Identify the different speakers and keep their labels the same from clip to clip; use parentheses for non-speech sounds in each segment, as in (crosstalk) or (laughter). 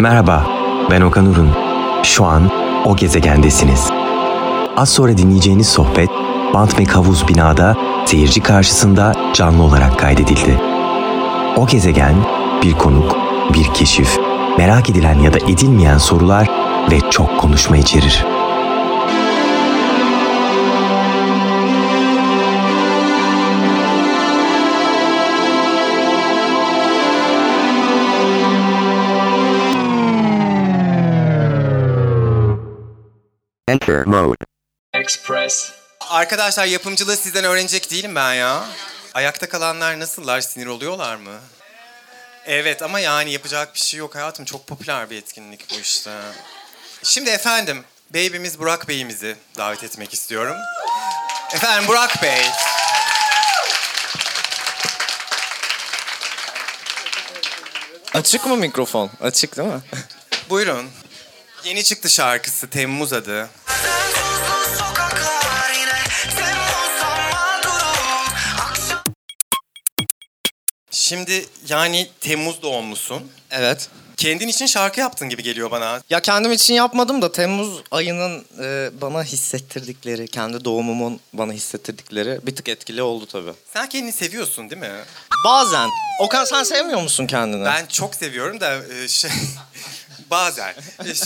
Speaker 1: Merhaba, ben Okan Urun. Şu an o gezegendesiniz. Az sonra dinleyeceğiniz sohbet Bant ve Kavuz binada seyirci karşısında canlı olarak kaydedildi. O gezegen bir konuk, bir keşif, merak edilen ya da edilmeyen sorular ve çok konuşma içerir.
Speaker 2: Enter mode.
Speaker 3: Express.
Speaker 4: Arkadaşlar yapımcılığı sizden öğrenecek değilim ben ya. Ayakta kalanlar nasıllar? Sinir oluyorlar mı? Evet ama yani yapacak bir şey yok hayatım. Çok popüler bir etkinlik bu işte. Şimdi efendim, baby'miz Burak Bey'imizi davet etmek istiyorum. Efendim Burak Bey.
Speaker 5: Açık mı mikrofon? Açık değil mi?
Speaker 4: Buyurun. Yeni çıktı şarkısı Temmuz adı.
Speaker 6: Sonsuz sokaklar yine sen olsan mağdurum Akşam
Speaker 4: Şimdi yani Temmuz doğumlusun.
Speaker 5: Evet.
Speaker 4: Kendin için şarkı yaptın gibi geliyor bana.
Speaker 5: Ya kendim için yapmadım da Temmuz ayının e, bana hissettirdikleri, kendi doğumumun bana hissettirdikleri bir tık etkili oldu tabii.
Speaker 4: Sen kendini seviyorsun değil mi?
Speaker 5: Bazen. Okan sen sevmiyor musun kendini?
Speaker 4: Ben çok seviyorum da e, şey, (laughs) bazen. E, ş-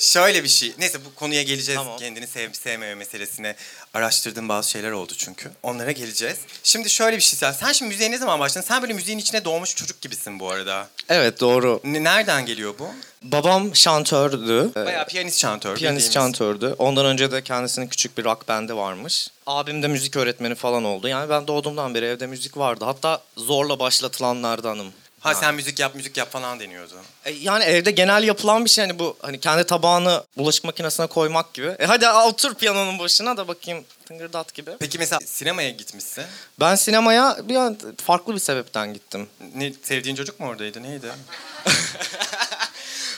Speaker 4: Şöyle bir şey. Neyse bu konuya geleceğiz.
Speaker 5: Tamam.
Speaker 4: Kendini sevip sevmeme meselesine araştırdığım bazı şeyler oldu çünkü. Onlara geleceğiz. Şimdi şöyle bir şey. Sen, sen şimdi müziğe ne zaman başladın? Sen böyle müziğin içine doğmuş çocuk gibisin bu arada.
Speaker 5: Evet doğru.
Speaker 4: Ne- Nereden geliyor bu?
Speaker 5: Babam şantördü. E,
Speaker 4: Bayağı piyanist şantör.
Speaker 5: Piyanist
Speaker 4: bildiğimiz.
Speaker 5: şantördü. Ondan önce de kendisinin küçük bir rock bandı varmış. Abim de müzik öğretmeni falan oldu. Yani ben doğduğumdan beri evde müzik vardı. Hatta zorla başlatılanlardanım.
Speaker 4: Ha sen müzik yap müzik yap falan deniyordu.
Speaker 5: E, Yani evde genel yapılan bir şey hani bu hani kendi tabağını bulaşık makinesine koymak gibi. E hadi al, otur piyanonun başına da bakayım tıngırdat gibi.
Speaker 4: Peki mesela sinemaya gitmişsin.
Speaker 5: Ben sinemaya bir an farklı bir sebepten gittim.
Speaker 4: Ne, sevdiğin çocuk mu oradaydı? Neydi?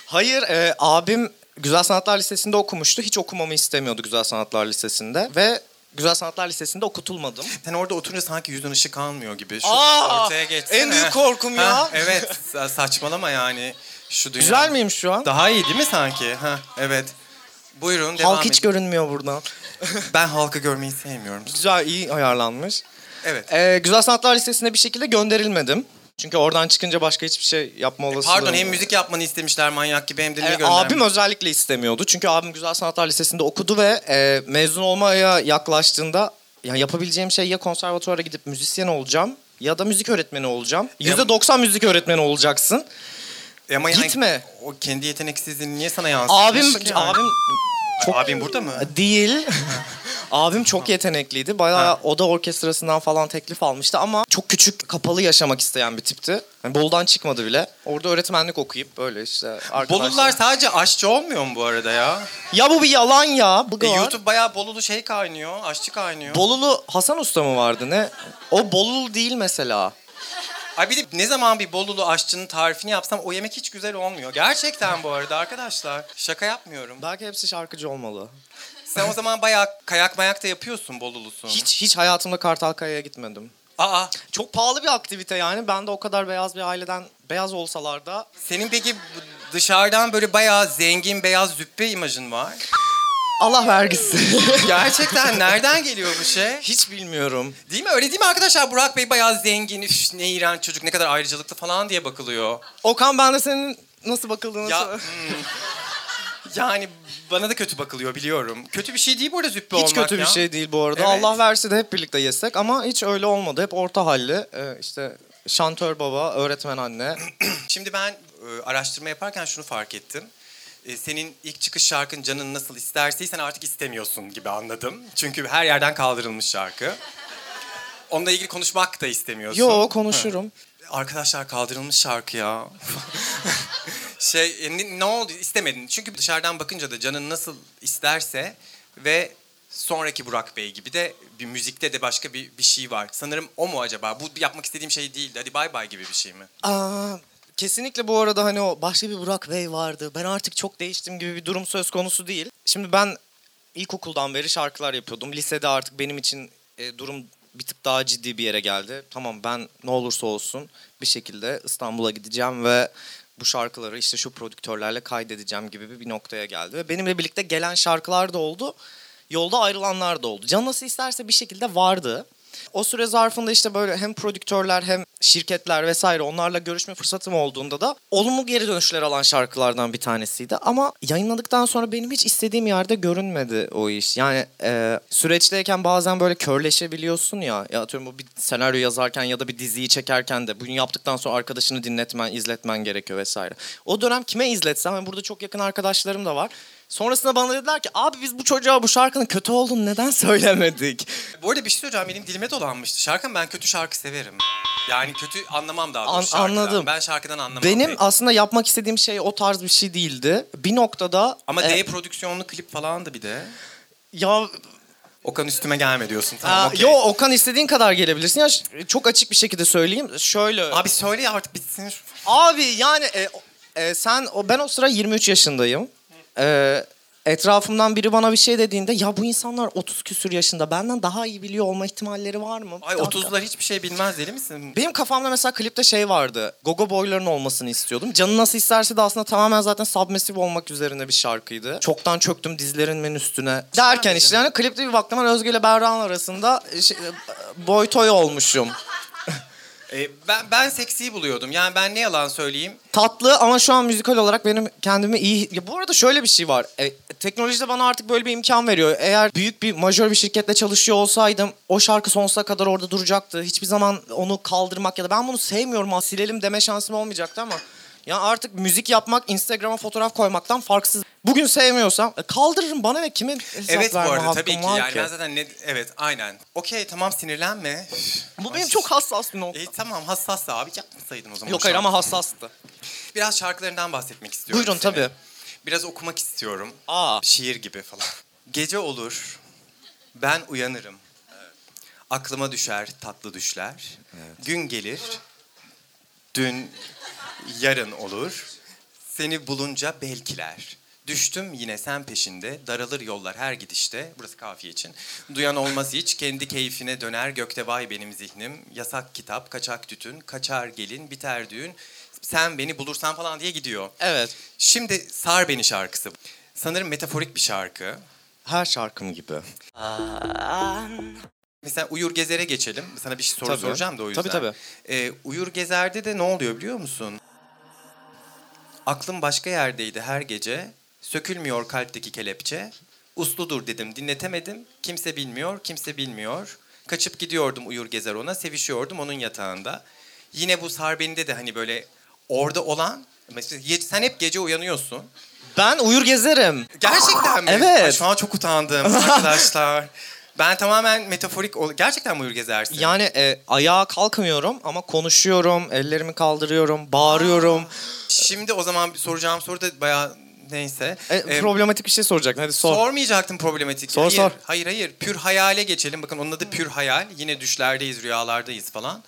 Speaker 5: Hayır e, abim Güzel Sanatlar Lisesi'nde okumuştu. Hiç okumamı istemiyordu Güzel Sanatlar Lisesi'nde ve Güzel Sanatlar Lisesi'nde okutulmadım.
Speaker 4: Sen orada oturunca sanki yüzün ışık almıyor gibi. Şu
Speaker 5: Aa!
Speaker 4: ortaya geçsene.
Speaker 5: En büyük korkum ya.
Speaker 4: Ha, evet Sa- saçmalama yani. Şu dünya.
Speaker 5: Güzel miyim şu an?
Speaker 4: Daha iyi değil mi sanki? Ha, evet. Buyurun devam
Speaker 5: Halk hiç
Speaker 4: edin.
Speaker 5: görünmüyor buradan.
Speaker 4: Ben halkı görmeyi sevmiyorum.
Speaker 5: (laughs) Güzel iyi ayarlanmış.
Speaker 4: Evet.
Speaker 5: E, Güzel Sanatlar Lisesi'ne bir şekilde gönderilmedim. Çünkü oradan çıkınca başka hiçbir şey yapma olasılığı
Speaker 4: Pardon hem müzik yapmanı istemişler manyak gibi hem de niye
Speaker 5: E,
Speaker 4: göndermiş?
Speaker 5: abim özellikle istemiyordu. Çünkü abim Güzel Sanatlar Lisesi'nde okudu ve e, mezun olmaya yaklaştığında ya yapabileceğim şey ya konservatuvara gidip müzisyen olacağım ya da müzik öğretmeni olacağım.
Speaker 4: Ya-
Speaker 5: %90 müzik öğretmeni olacaksın.
Speaker 4: E, ama yani
Speaker 5: gitme.
Speaker 4: O kendi yeteneksizliğini niye sana yansıtmış?
Speaker 5: Abim
Speaker 4: ki yani?
Speaker 5: abim çok
Speaker 4: Abin şey burada mı?
Speaker 5: değil. (laughs) abim çok yetenekliydi. Bayağı
Speaker 4: Ha.
Speaker 5: oda orkestrasından falan teklif almıştı ama çok küçük, kapalı yaşamak isteyen bir tipti. Yani Bolu'dan çıkmadı bile. Orada öğretmenlik okuyup böyle işte arkadaşlar.
Speaker 4: Bolular sadece aşçı olmuyor mu bu arada ya?
Speaker 5: Ya bu bir yalan ya. Bu
Speaker 4: E,
Speaker 5: var.
Speaker 4: YouTube bayağı Bolulu şey kaynıyor, aşçı kaynıyor.
Speaker 5: Bolulu Hasan Usta mı vardı ne? O Bolulu değil mesela.
Speaker 4: Ay bir de ne zaman bir Bolulu aşçının tarifini yapsam o yemek hiç güzel olmuyor. Gerçekten bu arada arkadaşlar. Şaka yapmıyorum.
Speaker 5: Belki hepsi şarkıcı olmalı.
Speaker 4: Sen o zaman bayağı kayak mayak da yapıyorsun Bolulusun.
Speaker 5: Hiç hiç hayatımda Kartalkaya'ya gitmedim.
Speaker 4: Aa
Speaker 5: Çok pahalı bir aktivite yani. Ben de o kadar beyaz bir aileden beyaz olsalar da
Speaker 4: senin peki bu- dışarıdan böyle bayağı zengin beyaz züppe imajın var.
Speaker 5: Allah vergisi.
Speaker 4: (laughs) Gerçekten nereden geliyor bu şey?
Speaker 5: hiç bilmiyorum.
Speaker 4: Değil mi? Öyle değil mi arkadaşlar? Burak Bey bayağı zengin. Üf, ne iğrenç çocuk ne kadar ayrıcalıklı falan diye bakılıyor.
Speaker 5: Okan ben de senin nasıl bakıldığını
Speaker 4: Ya
Speaker 5: sor-
Speaker 4: hmm. yani bana da kötü bakılıyor biliyorum. Kötü bir şey değil bu arada züppe olmak
Speaker 5: hiç kötü bir
Speaker 4: ya.
Speaker 5: şey değil bu arada.
Speaker 4: Evet.
Speaker 5: Allah verse de hep birlikte yesek ama hiç öyle olmadı. Hep orta halli. Ee, işte şantör baba, öğretmen
Speaker 4: (clears throat)
Speaker 5: anne.
Speaker 4: Şimdi ben e, araştırma yaparken şunu fark ettim. E, senin ilk çıkış şarkın canın nasıl isterseysen artık istemiyorsun gibi anladım. Çünkü her yerden kaldırılmış şarkı. Onunla ilgili konuşmak da istemiyorsun.
Speaker 5: Yo konuşurum.
Speaker 4: Arkadaşlar kaldırılmış şarkı ya. (laughs) şey e, ne, ne oldu istemedin. Çünkü dışarıdan bakınca da canın nasıl isterse ve sonraki Burak Bey gibi de bir müzikte de başka bir, bir şey var. Sanırım o mu acaba? Bu yapmak istediğim şey değildi. Hadi bay bay gibi bir şey mi?
Speaker 5: Aa, kesinlikle bu arada hani o başka bir Burak Bey vardı. Ben artık çok değiştim gibi bir durum söz konusu değil. Şimdi ben ilkokuldan beri şarkılar yapıyordum. Lisede artık benim için e, durum bir tık daha ciddi bir yere geldi. Tamam ben ne olursa olsun bir şekilde İstanbul'a gideceğim ve bu şarkıları işte şu prodüktörlerle kaydedeceğim gibi bir noktaya geldi. Ve benimle birlikte gelen şarkılar da oldu. Yolda ayrılanlar da oldu. Can nasıl isterse bir şekilde vardı. O süre zarfında işte böyle hem prodüktörler hem şirketler vesaire onlarla görüşme fırsatım olduğunda da olumlu geri dönüşler alan şarkılardan bir tanesiydi. Ama yayınladıktan sonra benim hiç istediğim yerde görünmedi o iş. Yani e, süreçteyken bazen böyle körleşebiliyorsun ya. ya atıyorum bu bir senaryo yazarken ya da bir diziyi çekerken de bunu yaptıktan sonra arkadaşını dinletmen, izletmen gerekiyor vesaire. O dönem kime izletsem yani burada çok yakın arkadaşlarım da var. Sonrasında bana dediler ki abi biz bu çocuğa bu şarkının kötü olduğunu neden söylemedik?
Speaker 4: Bu arada bir şey söyleyeceğim benim dilime dolanmıştı. Şarkım ben kötü şarkı severim. Yani kötü anlamam daha doğrusu
Speaker 5: An-
Speaker 4: şarkıdan.
Speaker 5: anladım.
Speaker 4: Ben şarkıdan anlamam.
Speaker 5: Benim
Speaker 4: pek.
Speaker 5: aslında yapmak istediğim şey o tarz bir şey değildi. Bir noktada
Speaker 4: Ama
Speaker 5: e,
Speaker 4: D prodüksiyonlu klip falan da bir de.
Speaker 5: ya
Speaker 4: Okan üstüme gelme diyorsun. Tamam,
Speaker 5: Aa,
Speaker 4: okey.
Speaker 5: yo Okan istediğin kadar gelebilirsin. Ya ş- çok açık bir şekilde söyleyeyim. Şöyle. Abi,
Speaker 4: Abi söyle ya artık bitsin. şu-
Speaker 5: yani e, o- e, sen o ben o sıra 23 yaşındayım. E, etrafımdan biri bana bir şey dediğinde ya bu insanlar 30 küsür yaşında benden daha iyi biliyor olma ihtimalleri var mı? Bir
Speaker 4: Ay
Speaker 5: dakika.
Speaker 4: 30'lar hiçbir şey bilmez deli misin?
Speaker 5: Benim kafamda mesela klipte şey vardı. Gogo boyların olmasını istiyordum. Canı nasıl isterse de aslında tamamen zaten submessive olmak üzerine bir şarkıydı. Çoktan çöktüm dizlerimin üstüne. Derken işte yani klipte bir baktım hani Özge ile Berra'nın arasında şey, boy toy olmuşum.
Speaker 4: E, ben ben seksi buluyordum. Yani ben ne yalan söyleyeyim.
Speaker 5: Tatlı ama şu an müzikal olarak benim kendimi iyi... Ya bu arada şöyle bir şey var. E, teknoloji de bana artık böyle bir imkan veriyor. Eğer büyük bir majör bir şirkette çalışıyor olsaydım o şarkı sonsuza kadar orada duracaktı. Hiçbir zaman onu kaldırmak ya da ben bunu sevmiyorum ha, silelim deme şansım olmayacaktı ama... Ya artık müzik yapmak, Instagram'a fotoğraf koymaktan farksız. Bugün sevmiyorsam e, kaldırırım bana ve kime hesap
Speaker 4: Evet bu
Speaker 5: verme
Speaker 4: arada
Speaker 5: hakkım
Speaker 4: tabii ki.
Speaker 5: var
Speaker 4: Yani ben zaten ne... Evet aynen. Okey tamam sinirlenme.
Speaker 5: Bu benim çok hassas bir nokta.
Speaker 4: E, tamam hassas da abi yapmasaydın o zaman.
Speaker 5: Yok
Speaker 4: bu
Speaker 5: hayır ama
Speaker 4: şarkıyı.
Speaker 5: hassastı.
Speaker 4: Biraz şarkılarından bahsetmek istiyorum.
Speaker 5: Buyurun,
Speaker 4: senin.
Speaker 5: tabii.
Speaker 4: Biraz okumak istiyorum.
Speaker 5: Aa.
Speaker 4: Şiir gibi falan. Gece olur. Ben uyanırım. Ee, Aklıma düşer tatlı düşler. Gün gelir. Dün yarın olur. Seni bulunca belkiler. Düştüm yine sen peşinde, daralır yollar her gidişte. Burası kafiye için. Duyan olmaz hiç, kendi keyfine döner gökte vay benim zihnim. Yasak kitap, kaçak tütün, kaçar gelin, biter düğün. Sen beni bulursan falan diye gidiyor.
Speaker 5: Evet.
Speaker 4: Şimdi Sar Beni şarkısı. Sanırım metaforik bir şarkı.
Speaker 5: Her şarkım gibi.
Speaker 4: Mesela Uyur Gezer'e geçelim. Sana bir şey soru
Speaker 5: Tabii.
Speaker 4: soracağım da o yüzden.
Speaker 5: Tabii, tabii.
Speaker 4: Ee, Uyur Gezer'de de ne oluyor biliyor musun? Aklım başka yerdeydi her gece. Sökülmüyor kalpteki kelepçe. Usludur dedim dinletemedim. Kimse bilmiyor, kimse bilmiyor. Kaçıp gidiyordum Uyur Gezer ona. Sevişiyordum onun yatağında. Yine bu Sarben'de de hani böyle orada olan... Mesela ye- sen hep gece uyanıyorsun.
Speaker 5: Ben uyur gezerim.
Speaker 4: Gerçekten mi?
Speaker 5: Evet.
Speaker 4: Ay, şu an çok utandım
Speaker 5: (laughs)
Speaker 4: arkadaşlar. Ben tamamen metaforik... ol- Gerçekten buyur gezersin.
Speaker 5: Yani e, ayağa kalkmıyorum ama konuşuyorum, ellerimi kaldırıyorum, bağırıyorum.
Speaker 4: Şimdi o zaman bir soracağım soru da bayağı neyse.
Speaker 5: E,
Speaker 4: Ee,
Speaker 5: problematik bir şey soracaktın. Hadi sor.
Speaker 4: Sormayacaktım problematik.
Speaker 5: Sor,
Speaker 4: hayır,
Speaker 5: sor.
Speaker 4: Hayır hayır. Pür hayale geçelim. Bakın onun adı pür hayal. Yine düşlerdeyiz, rüyalardayız falan.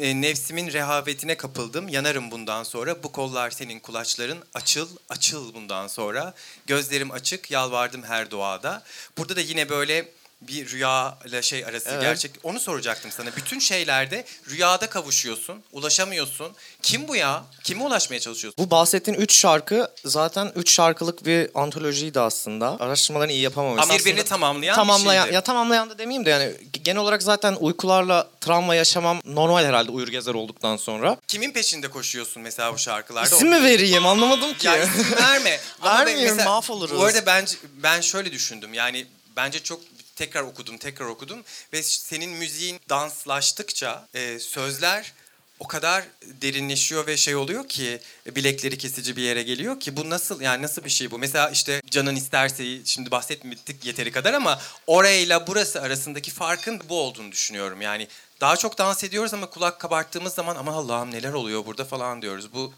Speaker 4: E, Nefsimin rehavetine kapıldım. Yanarım bundan sonra. Bu kollar senin kulaçların. Açıl, açıl bundan sonra. Gözlerim açık. Yalvardım her duada. Burada da yine böyle bir rüya ile şey arası
Speaker 5: Evet.
Speaker 4: gerçek. Onu soracaktım sana. Bütün şeylerde rüyada kavuşuyorsun. Ulaşamıyorsun. Kim bu ya? Kime ulaşmaya çalışıyorsun?
Speaker 5: Bu bahsettiğin üç şarkı zaten üç şarkılık bir antolojiydi aslında. Araştırmalarını iyi yapamamış.
Speaker 4: Ama birbirini
Speaker 5: Aslında
Speaker 4: tamamlayan bir
Speaker 5: tamamlayan
Speaker 4: şeydi.
Speaker 5: ya tamamlayan da demeyeyim de yani genel olarak zaten uykularla travma yaşamam normal herhalde uyur gezer olduktan sonra.
Speaker 4: Kimin peşinde koşuyorsun mesela bu şarkılarda?
Speaker 5: İsim mi vereyim anlamadım ki. (laughs)
Speaker 4: Ya isim verme. Ama ben-
Speaker 5: Vermeyeyim,
Speaker 4: mesela
Speaker 5: mahvoluruz.
Speaker 4: Bu arada bence, ben şöyle düşündüm. Yani bence çok tekrar okudum, tekrar okudum. Ve senin müziğin danslaştıkça e, sözler o kadar derinleşiyor ve şey oluyor ki e, bilekleri kesici bir yere geliyor ki bu nasıl yani nasıl bir şey bu? Mesela işte canın isterseyi şimdi bahsetmedik yeteri kadar ama orayla burası arasındaki farkın bu olduğunu düşünüyorum. Yani daha çok dans ediyoruz ama kulak kabarttığımız zaman aman Allah'ım neler oluyor burada falan diyoruz. Bu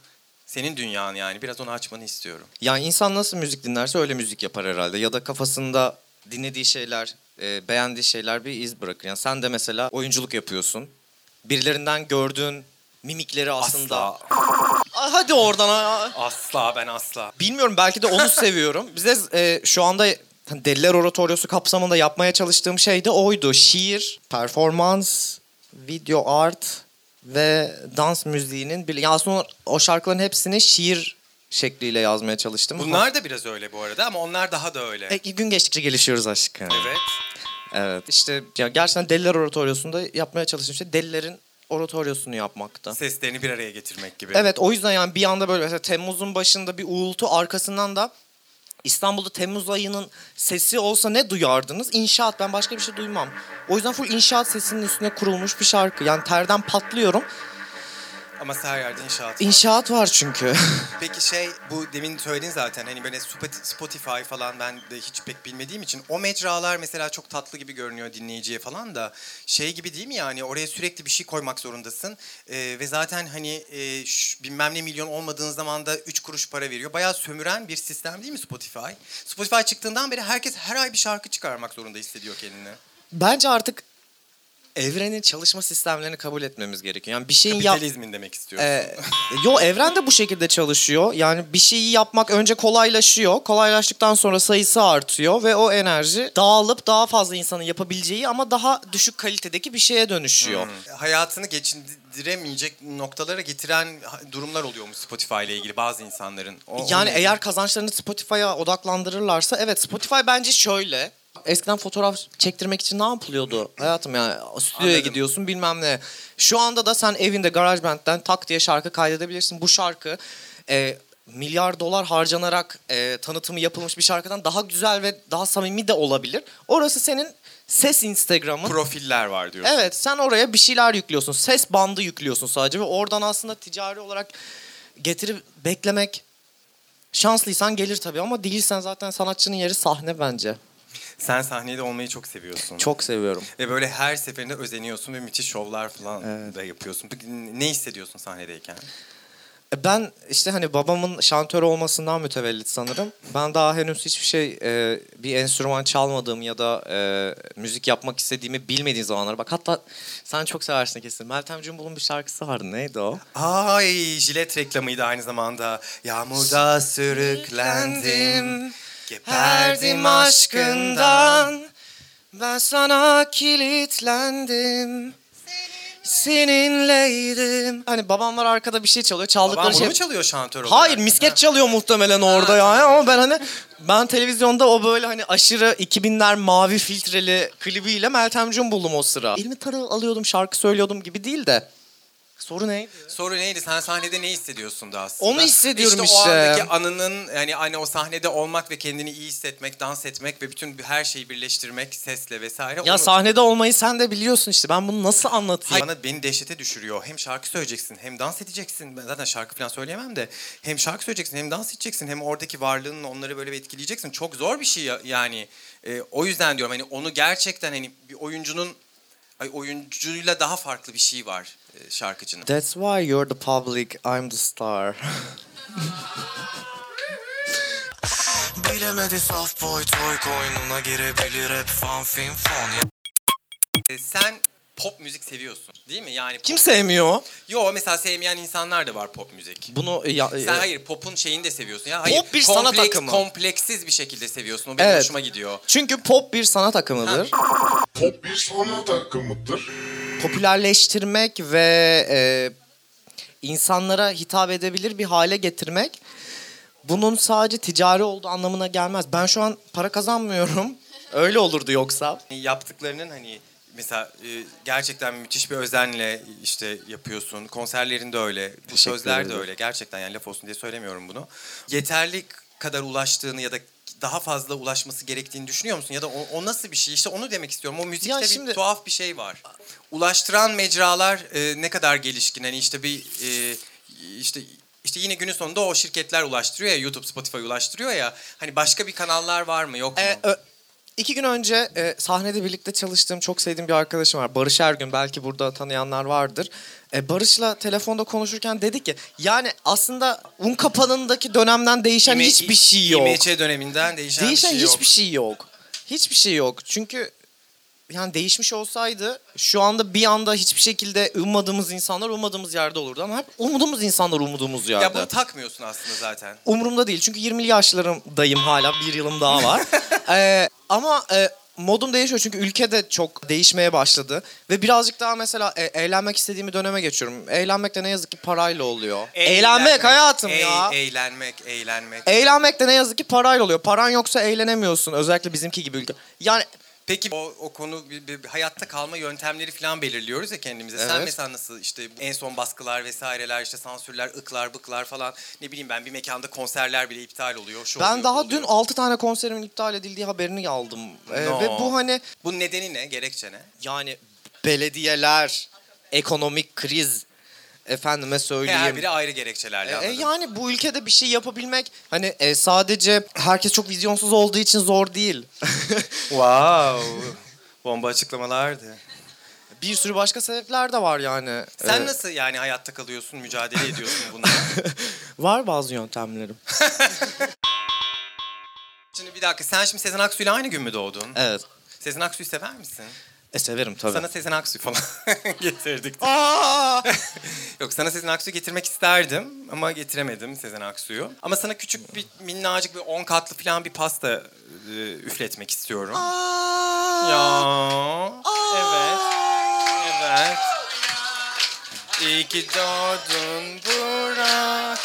Speaker 4: senin dünyan yani. Biraz onu açmanı istiyorum.
Speaker 5: Yani insan nasıl müzik dinlerse öyle müzik yapar herhalde. Ya da kafasında dinlediği şeyler, e, beğendiği şeyler bir iz bırakır. Yani sen de mesela oyunculuk yapıyorsun. Birilerinden gördüğün mimikleri aslında. Aa, hadi oradan. aa.
Speaker 4: Asla ben asla.
Speaker 5: Bilmiyorum belki de onu seviyorum. Bize e, şu anda hani Deliler Oratoryosu kapsamında yapmaya çalıştığım şey de oydu. Şiir, performans, video art ve dans müziğinin bir ya aslında o şarkıların hepsini şiir şekliyle yazmaya çalıştım.
Speaker 4: Bunlar da biraz öyle bu arada ama onlar daha da öyle.
Speaker 5: E, gün geçtikçe gelişiyoruz aşkım.
Speaker 4: Evet.
Speaker 5: Evet. İşte ya gerçekten deliler oratoryosunda yapmaya çalıştığım şey delilerin oratoryosunu yapmakta.
Speaker 4: Seslerini bir araya getirmek gibi.
Speaker 5: Evet o yüzden yani bir anda böyle mesela Temmuz'un başında bir uğultu arkasından da İstanbul'da Temmuz ayının sesi olsa ne duyardınız? İnşaat ben başka bir şey duymam. O yüzden full inşaat sesinin üstüne kurulmuş bir şarkı. Yani terden patlıyorum.
Speaker 4: Ama her yerde inşaat. var.
Speaker 5: İnşaat var çünkü. (laughs)
Speaker 4: Peki şey bu demin söyledin zaten hani böyle Spot- Spotify falan ben de hiç pek bilmediğim için o mecralar mesela çok tatlı gibi görünüyor dinleyiciye falan da şey gibi değil mi yani oraya sürekli bir şey koymak zorundasın Ee, ve zaten hani e, şu bilmem ne milyon olmadığın zaman da 3 kuruş para veriyor. Bayağı sömüren bir sistem değil mi Spotify? Spotify çıktığından beri herkes her ay bir şarkı çıkarmak zorunda hissediyor kendini.
Speaker 5: Bence artık evrenin çalışma sistemlerini kabul etmemiz gerekiyor. Yani bir şeyin yap...
Speaker 4: Kapitalizmin demek istiyorum.
Speaker 5: Ee, yo evren de bu şekilde çalışıyor. Yani bir şeyi yapmak önce kolaylaşıyor. Kolaylaştıktan sonra sayısı artıyor ve o enerji dağılıp daha fazla insanın yapabileceği ama daha düşük kalitedeki bir şeye dönüşüyor.
Speaker 4: Hmm. e, hayatını geçindiremeyecek noktalara getiren durumlar oluyormuş Spotify ile ilgili bazı insanların. O-
Speaker 5: Yani
Speaker 4: onun-
Speaker 5: eğer kazançlarını Spotify'a odaklandırırlarsa evet Spotify bence şöyle. Eskiden fotoğraf çektirmek için ne yapılıyordu hayatım yani stüdyoya
Speaker 4: Anladım.
Speaker 5: gidiyorsun bilmem ne. Şu anda da sen evinde GarageBand'den tak diye şarkı kaydedebilirsin. Bu şarkı e, milyar dolar harcanarak e, tanıtımı yapılmış bir şarkıdan daha güzel ve daha samimi de olabilir. Orası senin ses Instagram'ın.
Speaker 4: profiller var diyorsun.
Speaker 5: Evet sen oraya bir şeyler yüklüyorsun. Ses bandı yüklüyorsun sadece ve oradan aslında ticari olarak getirip beklemek şanslıysan gelir tabii ama değilsen zaten sanatçının yeri sahne bence.
Speaker 4: Sen sahnede olmayı çok seviyorsun.
Speaker 5: Çok seviyorum.
Speaker 4: Ve böyle her seferinde özeniyorsun ve müthiş şovlar falan da yapıyorsun. Peki Ne hissediyorsun sahnedeyken?
Speaker 5: E, Ben işte hani babamın şantör olmasından mütevellit sanırım. Ben daha henüz hiçbir şey e, bir enstrüman çalmadığım ya da e, müzik yapmak istediğimi bilmediğim zamanlar. Bak hatta sen çok seversin kesin. Meltem Cumbul'un bir şarkısı vardı. Neydi o?
Speaker 4: Ay jilet reklamıydı aynı zamanda. Yağmurda sürüklendim.
Speaker 5: Geberdim aşkından Ben sana kilitlendim Seninleydim Hani babamlar arkada bir şey çalıyor Çaldıkları
Speaker 4: Babam bunu
Speaker 5: şey
Speaker 4: mu çalıyor şantör olarak?
Speaker 5: Hayır misket çalıyor muhtemelen orada yani ama ben hani ben televizyonda o böyle hani aşırı 2000'ler mavi filtreli klibiyle Meltem buldum o sıra. Elimi tarı alıyordum şarkı söylüyordum gibi değil de. Soru neydi?
Speaker 4: Soru neydi? Sen sahnede ne hissediyorsun da aslında?
Speaker 5: Onu hissediyorum
Speaker 4: o
Speaker 5: işte.
Speaker 4: andaki anının yani hani o sahnede olmak ve kendini iyi hissetmek, dans etmek ve bütün her şeyi birleştirmek sesle vesaire.
Speaker 5: Ya
Speaker 4: Onu-
Speaker 5: sahnede olmayı sen de biliyorsun işte ben bunu nasıl anlatayım?
Speaker 4: Bana beni dehşete düşürüyor. Hem şarkı söyleyeceksin, hem dans edeceksin. Ben zaten şarkı falan söyleyemem de hem şarkı söyleyeceksin, hem dans edeceksin, hem oradaki varlığının onları böyle bir etkileyeceksin. Çok zor bir şey ya- yani. Ee, o yüzden diyorum hani onu gerçekten hani bir oyuncunun ay oyuncuyla daha farklı bir şey var e, şarkıcının.
Speaker 5: That's why you're the public, I'm the star.
Speaker 6: Bilemedi saf boy toy koynuna girebilir hep fan fin fon ya
Speaker 4: E, sen pop müzik seviyorsun değil mi? Yani pop-
Speaker 5: Kim sevmiyor?
Speaker 4: Yo mesela sevmeyen insanlar da var pop müzik.
Speaker 5: Bunu e, ya, e,
Speaker 4: Sen hayır popun şeyini de seviyorsun ya. Hayır,
Speaker 5: Pop bir sanat
Speaker 4: kompleks-
Speaker 5: akımı.
Speaker 4: Kompleksiz bir şekilde seviyorsun. O benim
Speaker 5: Evet.
Speaker 4: hoşuma gidiyor.
Speaker 5: Çünkü pop bir sanat akımıdır.
Speaker 3: Pop bir sanat akımıdır.
Speaker 5: Popülerleştirmek ve e, insanlara hitap edebilir bir hale getirmek bunun sadece ticari olduğu anlamına gelmez. Ben şu an para kazanmıyorum. (laughs) Öyle olurdu yoksa.
Speaker 4: yaptıklarının hani mesela e, gerçekten müthiş bir özenle işte yapıyorsun. Konserlerinde öyle. Bu sözler de öyle. Gerçekten yani laf olsun diye söylemiyorum bunu. Yeterli kadar ulaştığını ya da daha fazla ulaşması gerektiğini düşünüyor musun? Ya da o, o nasıl bir şey? İşte onu demek istiyorum. O müzikte
Speaker 5: Ya
Speaker 4: bir
Speaker 5: şimdi-
Speaker 4: tuhaf bir şey var. Ulaştıran mecralar e, ne kadar gelişkin? Hani işte bir e, işte işte yine günün sonunda o şirketler ulaştırıyor ya YouTube, Spotify ulaştırıyor ya. Hani başka bir kanallar var mı yok mu?
Speaker 5: E, ö- iki gün önce e, sahnede birlikte çalıştığım çok sevdiğim bir arkadaşım var. Barış Ergün belki burada tanıyanlar vardır. E, Barış'la telefonda konuşurken dedi ki yani aslında un kapanındaki dönemden değişen
Speaker 4: İme-
Speaker 5: hiçbir şey yok.
Speaker 4: IMC döneminden değişen,
Speaker 5: Değişen
Speaker 4: bir şey
Speaker 5: hiçbir
Speaker 4: yok.
Speaker 5: şey yok. Hiçbir şey yok. Çünkü yani değişmiş olsaydı şu anda bir anda hiçbir şekilde ummadığımız insanlar ummadığımız yerde olurdu ama hep umduğumuz insanlar umduğumuz yerde.
Speaker 4: Ya bunu takmıyorsun aslında zaten. (laughs)
Speaker 5: Umurumda değil çünkü 20'li yaşlarımdayım hala bir yılım daha var. Ee, ama e, modum değişiyor çünkü ülke de çok değişmeye başladı. Ve birazcık daha mesela e- eğlenmek istediğim bir döneme geçiyorum. Eğlenmek de ne yazık ki parayla oluyor. eğlenmek hayatım
Speaker 4: Eğ-
Speaker 5: ya. E-
Speaker 4: Eğlenmek, eğlenmek.
Speaker 5: eğlenmek de ne yazık ki parayla oluyor. Paran yoksa eğlenemiyorsun. Özellikle bizimki gibi ülke. Yani
Speaker 4: Peki o, o konu bir, bir- bir hayatta kalma yöntemleri falan belirliyoruz ya kendimize. Sen
Speaker 5: Evet.
Speaker 4: mesela nasıl işte en son baskılar vesaireler işte sansürler, ıklar, bıklar falan ne bileyim ben bir mekanda konserler bile iptal oluyor. Şu
Speaker 5: ben
Speaker 4: oluyor,
Speaker 5: daha
Speaker 4: bu oluyor.
Speaker 5: dün 6 tane konserimin iptal edildiği haberini aldım. E,
Speaker 4: No.
Speaker 5: Ve bu hani
Speaker 4: Bunun nedeni ne? Gerekçe ne?
Speaker 5: yani belediyeler, ekonomik kriz efendime söyleyeyim.
Speaker 4: Her biri ayrı gerekçelerle
Speaker 5: E,
Speaker 4: anladım.
Speaker 5: yani bu ülkede bir şey yapabilmek hani e, sadece herkes çok vizyonsuz olduğu için zor
Speaker 4: (laughs)
Speaker 5: değil.
Speaker 4: Wow.
Speaker 5: (laughs)
Speaker 4: Bomba açıklamalardı.
Speaker 5: bir sürü başka sebepler de var yani.
Speaker 4: Sen
Speaker 5: E,
Speaker 4: nasıl yani hayatta kalıyorsun, mücadele ediyorsun bununla?
Speaker 5: (laughs) var bazı yöntemlerim.
Speaker 4: Şimdi bir dakika sen şimdi Sezen Aksu ile aynı gün mü doğdun?
Speaker 5: Evet.
Speaker 4: Sezen Aksu'yu sever misin?
Speaker 5: E severim tabii.
Speaker 4: Sana Sezen Aksu falan (laughs) getirdik.
Speaker 5: Aa!
Speaker 4: (laughs) Yok sana Sezen Aksu'yu getirmek isterdim ama getiremedim Sezen Aksu'yu. Ama sana küçük bir minnacık bir 10 katlı falan bir pasta e, üfletmek istiyorum. Ya. Evet. Evet. İyi ki doğdun Burak.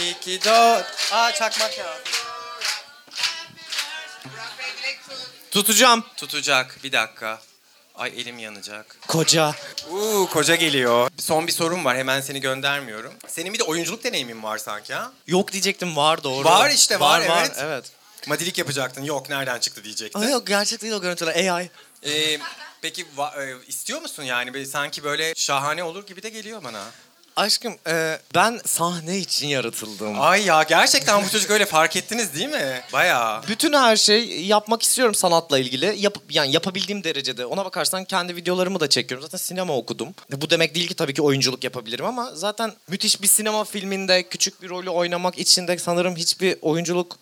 Speaker 4: İyi ki doğdun. Aa çakmak ya.
Speaker 5: Tutacağım.
Speaker 4: Tutacak bir dakika. Ay elim yanacak.
Speaker 5: Koca.
Speaker 4: Uuu koca geliyor. Son bir sorum var hemen seni göndermiyorum. Senin bir de oyunculuk deneyimin var sanki ha?
Speaker 5: Yok diyecektim var doğru.
Speaker 4: Var işte, var, evet.
Speaker 5: evet.
Speaker 4: Madilik yapacaktın. Yok nereden çıktı diyecektin.
Speaker 5: Aa, yok gerçek değil o görüntüler AI.
Speaker 4: Ee, peki va- e, istiyor musun yani? Böyle sanki böyle şahane olur gibi de geliyor bana.
Speaker 5: Aşkım e, ben sahne için yaratıldım.
Speaker 4: Ay ya gerçekten bu çocuk öyle fark ettiniz değil mi? Bayağı.
Speaker 5: Bütün her şey yapmak istiyorum sanatla ilgili. Yap, yani yapabildiğim derecede. Ona bakarsan kendi videolarımı da çekiyorum. Zaten sinema okudum. Bu demek değil ki tabii ki oyunculuk yapabilirim ama zaten müthiş bir sinema filminde küçük bir rolü oynamak için de sanırım hiçbir oyunculuk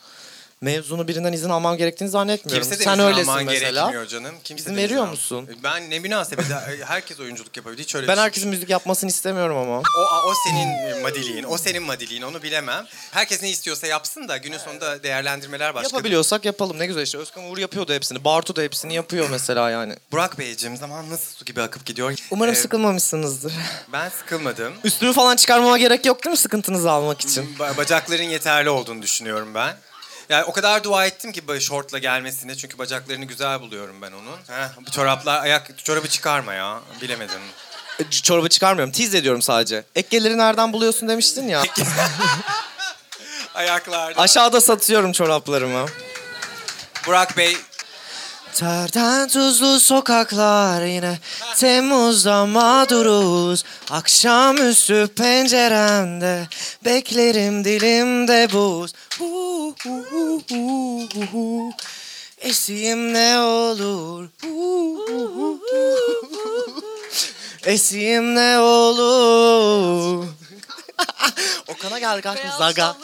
Speaker 5: mevzunu birinden izin almam gerektiğini zannetmiyorum.
Speaker 4: Kimse de
Speaker 5: Sen
Speaker 4: izin
Speaker 5: öylesin
Speaker 4: alman
Speaker 5: mesela.
Speaker 4: gerekmiyor canım. Kimse
Speaker 5: İzin
Speaker 4: de
Speaker 5: veriyor
Speaker 4: al-
Speaker 5: musun?
Speaker 4: Ben ne münasebet. (laughs) Herkes oyunculuk yapabilir. Hiç öyle
Speaker 5: Ben
Speaker 4: bir şey-
Speaker 5: herkesin müzik yapmasını istemiyorum ama.
Speaker 4: O, o senin e, madiliğin, o senin madiliğin onu bilemem. Herkes ne istiyorsa yapsın da günün sonunda değerlendirmeler başka.
Speaker 5: Yapabiliyorsak yapalım. Ne güzel işte. Özkan Uğur yapıyordu hepsini. Bartu da hepsini yapıyor mesela yani.
Speaker 4: Burak Beyciğim zaman nasıl su gibi akıp gidiyor.
Speaker 5: Umarım
Speaker 4: Ee,
Speaker 5: sıkılmamışsınızdır. (laughs)
Speaker 4: Ben sıkılmadım.
Speaker 5: Üstümü falan çıkarmama gerek yok değil mi sıkıntınızı almak için?
Speaker 4: Ba- bacakların yeterli olduğunu düşünüyorum ben. Yani o kadar dua ettim ki böyle şortla gelmesine çünkü bacaklarını güzel buluyorum ben onun. Heh, bu çoraplar ayak çorabı çıkarma ya bilemedim.
Speaker 5: E, Çorabı çıkarmıyorum. Tiz ediyorum sadece. Ekgeleri nereden buluyorsun demiştin ya.
Speaker 4: Ayaklar.
Speaker 5: Aşağıda satıyorum çoraplarımı.
Speaker 4: Burak Bey
Speaker 5: Terden tuzlu sokaklar yine Temmuz'da mağduruz Akşamüstü penceremde Beklerim dilimde buz Hu hu hu hu hu hu. Esiyim ne olur Hu hu hu hu hu. Esiyim ne olur (laughs) Okan'a geldik aşkım Zaga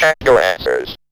Speaker 2: Check your answers.